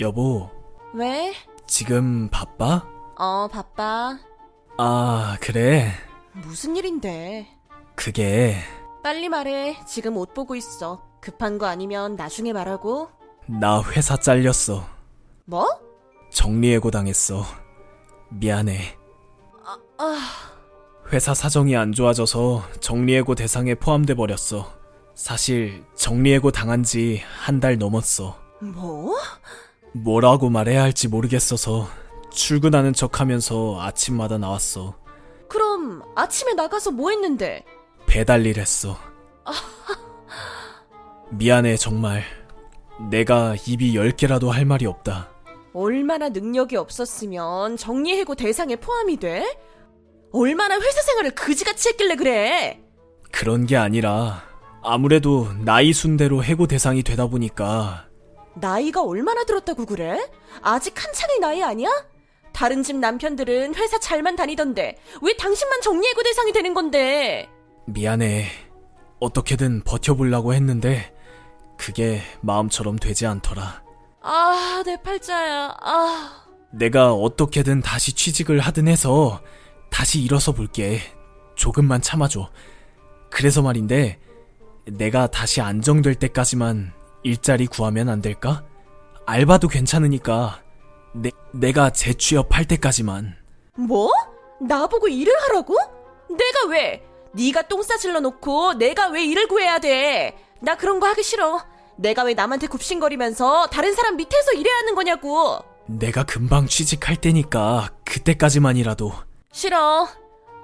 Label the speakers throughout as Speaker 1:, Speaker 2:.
Speaker 1: 여보,
Speaker 2: 왜?
Speaker 1: 지금 바빠?
Speaker 2: 어, 바빠.
Speaker 1: 아, 그래.
Speaker 2: 무슨 일인데?
Speaker 1: 그게
Speaker 2: 네. 빨리 말해. 지금 옷 보고 있어. 급한 거 아니면 나중에 말하고.
Speaker 1: 나 회사 잘렸어.
Speaker 2: 뭐?
Speaker 1: 정리해고 당했어. 미안해.
Speaker 2: 아,
Speaker 1: 회사 사정이 안 좋아져서 정리해고 대상에 포함돼 버렸어. 사실 정리해고 당한 지 한 달 넘었어.
Speaker 2: 뭐?
Speaker 1: 뭐라고 말해야 할지 모르겠어서 출근하는 척하면서 아침마다 나왔어.
Speaker 2: 그럼 아침에 나가서 뭐 했는데?
Speaker 1: 배달 일 했어. 미안해 정말. 내가 입이 열 개라도 할 말이 없다.
Speaker 2: 얼마나 능력이 없었으면 정리해고 대상에 포함이 돼? 얼마나 회사 생활을 그지같이 했길래 그래?
Speaker 1: 그런 게 아니라 아무래도 나이 순대로 해고 대상이 되다 보니까
Speaker 2: 나이가 얼마나 들었다고 그래? 아직 한창의 나이 아니야? 다른 집 남편들은 회사 잘만 다니던데 왜 당신만 정리해고 대상이 되는 건데?
Speaker 1: 미안해. 어떻게든 버텨보려고 했는데 그게 마음처럼 되지 않더라.
Speaker 2: 아, 내 팔자야. 아,
Speaker 1: 내가 어떻게든 다시 취직을 하든 해서 다시 일어서 볼게. 조금만 참아줘. 그래서 말인데 내가 다시 안정될 때까지만 일자리 구하면 안 될까? 알바도 괜찮으니까 내, 내가 재취업할 때까지만.
Speaker 2: 뭐? 나보고 일을 하라고? 내가 왜? 네가 똥 싸질러 놓고 내가 왜 일을 구해야 돼? 나 그런 거 하기 싫어. 내가 왜 남한테 굽신거리면서 다른 사람 밑에서 일해야 하는 거냐고.
Speaker 1: 내가 금방 취직할 때니까 그때까지만이라도
Speaker 2: 싫어.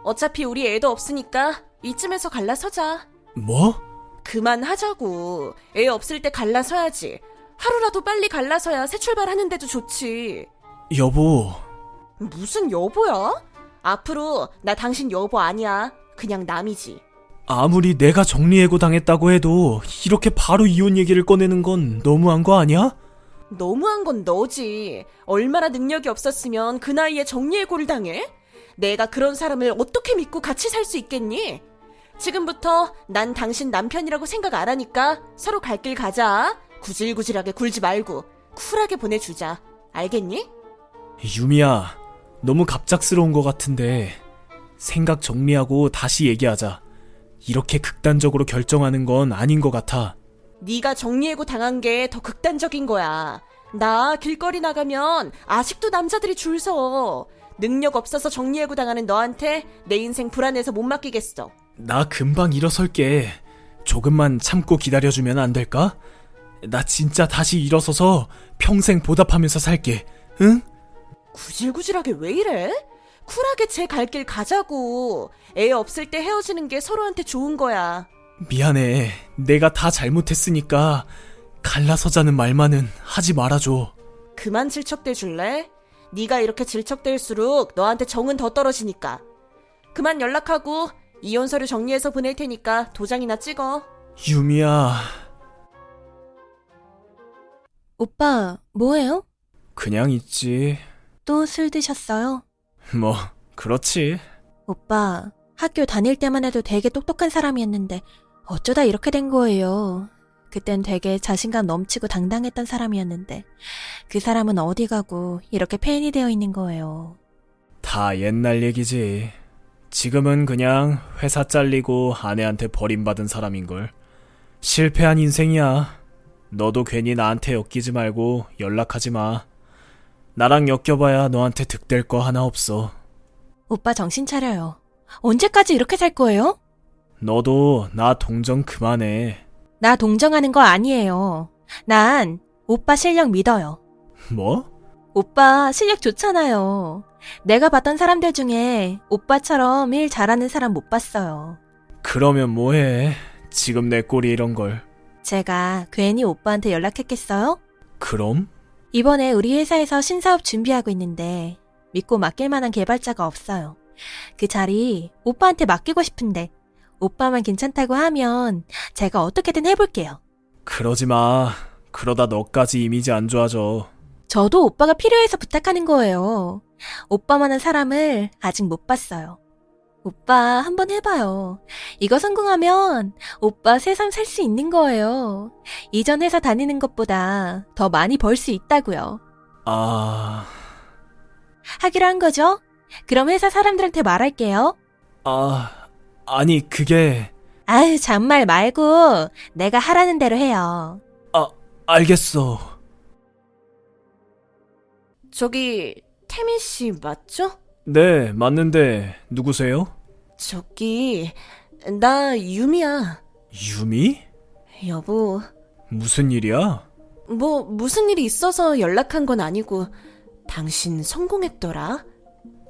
Speaker 2: 어차피 우리 애도 없으니까 이쯤에서 갈라서자.
Speaker 1: 뭐?
Speaker 2: 그만하자고. 애 없을 때 갈라서야지. 하루라도 빨리 갈라서야 새 출발하는데도 좋지.
Speaker 1: 여보
Speaker 2: 무슨 여보야? 앞으로 나 당신 여보 아니야. 그냥 남이지.
Speaker 1: 아무리 내가 정리해고 당했다고 해도 이렇게 바로 이혼 얘기를 꺼내는 건 너무한 거 아니야?
Speaker 2: 너무한 건 너지. 얼마나 능력이 없었으면 그 나이에 정리해고를 당해? 내가 그런 사람을 어떻게 믿고 같이 살 수 있겠니? 지금부터 난 당신 남편이라고 생각 안 하니까 서로 갈 길 가자. 구질구질하게 굴지 말고 쿨하게 보내주자. 알겠니?
Speaker 1: 유미야 너무 갑작스러운 거 같은데 생각 정리하고 다시 얘기하자 이렇게 극단적으로 결정하는 건 아닌 것 같아
Speaker 2: 네가 정리해고 당한 게 더 극단적인 거야. 나 길거리 나가면 아직도 남자들이 줄 서. 능력 없어서 정리해고 당하는 너한테 내 인생 불안해서 못 맡기겠어.
Speaker 1: 나 금방 일어설게 조금만 참고 기다려주면 안 될까? 나 진짜 다시 일어서서 평생 보답하면서 살게 응?
Speaker 2: 구질구질하게 왜 이래? 쿨하게 제 갈 길 가자고. 애 없을 때 헤어지는 게 서로한테 좋은 거야.
Speaker 1: 미안해. 내가 다 잘못했으니까 갈라서자는 말만은 하지 말아줘.
Speaker 2: 그만 질척대 줄래? 네가 이렇게 질척댈수록 너한테 정은 더 떨어지니까. 그만 연락하고 이혼 서류 정리해서 보낼 테니까 도장이나 찍어.
Speaker 1: 유미야,
Speaker 3: 오빠, 뭐해요?
Speaker 1: 그냥 있지.
Speaker 3: 또 술 드셨어요?
Speaker 1: 뭐, 그렇지.
Speaker 3: 오빠, 학교 다닐 때만 해도 되게 똑똑한 사람이었는데 어쩌다 이렇게 된 거예요. 그땐 되게 자신감 넘치고 당당했던 사람이었는데 그 사람은 어디 가고 이렇게 팬이 되어 있는 거예요.
Speaker 1: 다 옛날 얘기지. 지금은 그냥 회사 잘리고 아내한테 버림받은 사람인걸. 실패한 인생이야. 너도 괜히 나한테 엮이지 말고 연락하지 마. 나랑 엮여봐야 너한테 득될 거 하나 없어.
Speaker 3: 오빠 정신 차려요. 언제까지 이렇게 살 거예요?
Speaker 1: 너도 나 동정 그만해.
Speaker 3: 나 동정하는 거 아니에요. 난 오빠 실력 믿어요.
Speaker 1: 뭐?
Speaker 3: 오빠 실력 좋잖아요. 내가 봤던 사람들 중에 오빠처럼 일 잘하는 사람 못 봤어요.
Speaker 1: 그러면 뭐해? 지금 내 꼴이 이런 걸.
Speaker 3: 제가 괜히 오빠한테 연락했겠어요?
Speaker 1: 그럼?
Speaker 3: 이번에 우리 회사에서 신사업 준비하고 있는데 믿고 맡길 만한 개발자가 없어요. 그 자리 오빠한테 맡기고 싶은데 오빠만 괜찮다고 하면 제가 어떻게든 해볼게요.
Speaker 1: 그러지 마. 그러다 너까지 이미지 안 좋아져.
Speaker 3: 저도 오빠가 필요해서 부탁하는 거예요. 오빠만한 사람을 아직 못 봤어요. 오빠 한번 해봐요. 이거 성공하면 오빠 새삼 살 수 있는 거예요. 이전 회사 다니는 것보다 더 많이 벌 수 있다고요.
Speaker 1: 아,
Speaker 3: 하기로 한 거죠? 그럼 회사 사람들한테 말할게요.
Speaker 1: 아, 아니, 그게,
Speaker 3: 아유, 잔말 말고 내가 하라는 대로 해요.
Speaker 1: 알겠어.
Speaker 2: 저기 태민 씨 맞죠?
Speaker 1: 네, 맞는데, 누구세요?
Speaker 2: 저기 나 유미야.
Speaker 1: 유미?
Speaker 2: 여보,
Speaker 1: 무슨 일이야?
Speaker 2: 뭐 무슨 일이 있어서 연락한 건 아니고 당신 성공했더라.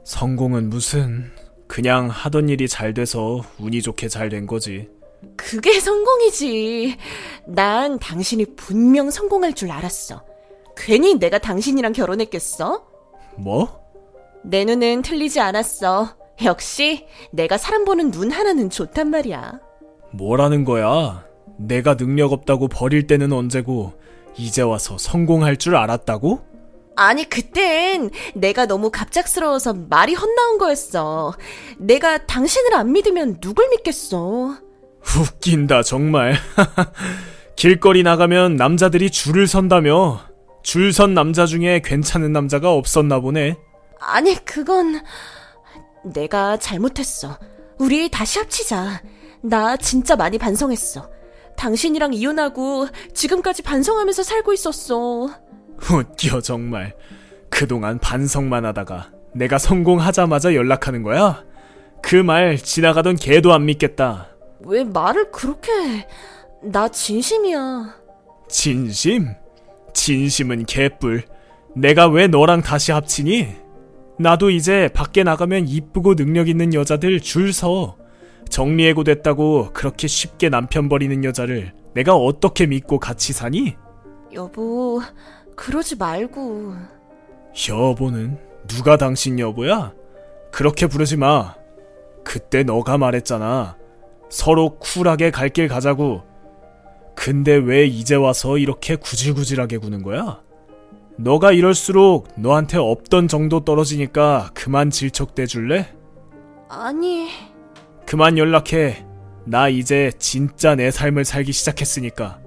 Speaker 1: 성공은 무슨, 그냥 하던 일이 잘 돼서 운이 좋게 잘 된 거지.
Speaker 2: 그게 성공이지. 난 당신이 분명 성공할 줄 알았어. 괜히 내가 당신이랑 결혼했겠어?
Speaker 1: 뭐?
Speaker 2: 내 눈은 틀리지 않았어. 역시 내가 사람 보는 눈 하나는 좋단 말이야.
Speaker 1: 뭐라는 거야? 내가 능력 없다고 버릴 때는 언제고, 이제 와서 성공할 줄 알았다고?
Speaker 2: 아니, 그땐 내가 너무 갑작스러워서 말이 헛나온 거였어. 내가 당신을 안 믿으면 누굴 믿겠어.
Speaker 1: 웃긴다, 정말. 길거리 나가면 남자들이 줄을 선다며. 줄 선 남자 중에 괜찮은 남자가 없었나 보네.
Speaker 2: 아니, 그건 내가 잘못했어. 우리 다시 합치자. 나 진짜 많이 반성했어. 당신이랑 이혼하고 지금까지 반성하면서 살고 있었어.
Speaker 1: 웃겨, 정말. 그동안 반성만 하다가 내가 성공하자마자 연락하는 거야? 그 말 지나가던 개도 안 믿겠다.
Speaker 2: 왜 말을 그렇게 해? 나 진심이야.
Speaker 1: 진심? 진심은 개뿔. 내가 왜 너랑 다시 합치니? 나도 이제 밖에 나가면 이쁘고 능력 있는 여자들 줄 서. 정리해고 됐다고 그렇게 쉽게 남편 버리는 여자를 내가 어떻게 믿고 같이 사니?
Speaker 2: 여보, 그러지 말고.
Speaker 1: 여보는 누가 당신 여보야? 그렇게 부르지 마. 그때 너가 말했잖아. 서로 쿨하게 갈 길 가자고. 근데 왜 이제 와서 이렇게 구질구질하게 구는 거야? 너가 이럴수록 너한테 없던 정도 떨어지니까 그만 질척대 줄래?
Speaker 2: 아니,
Speaker 1: 그만 연락해. 나 이제 진짜 내 삶을 살기 시작했으니까.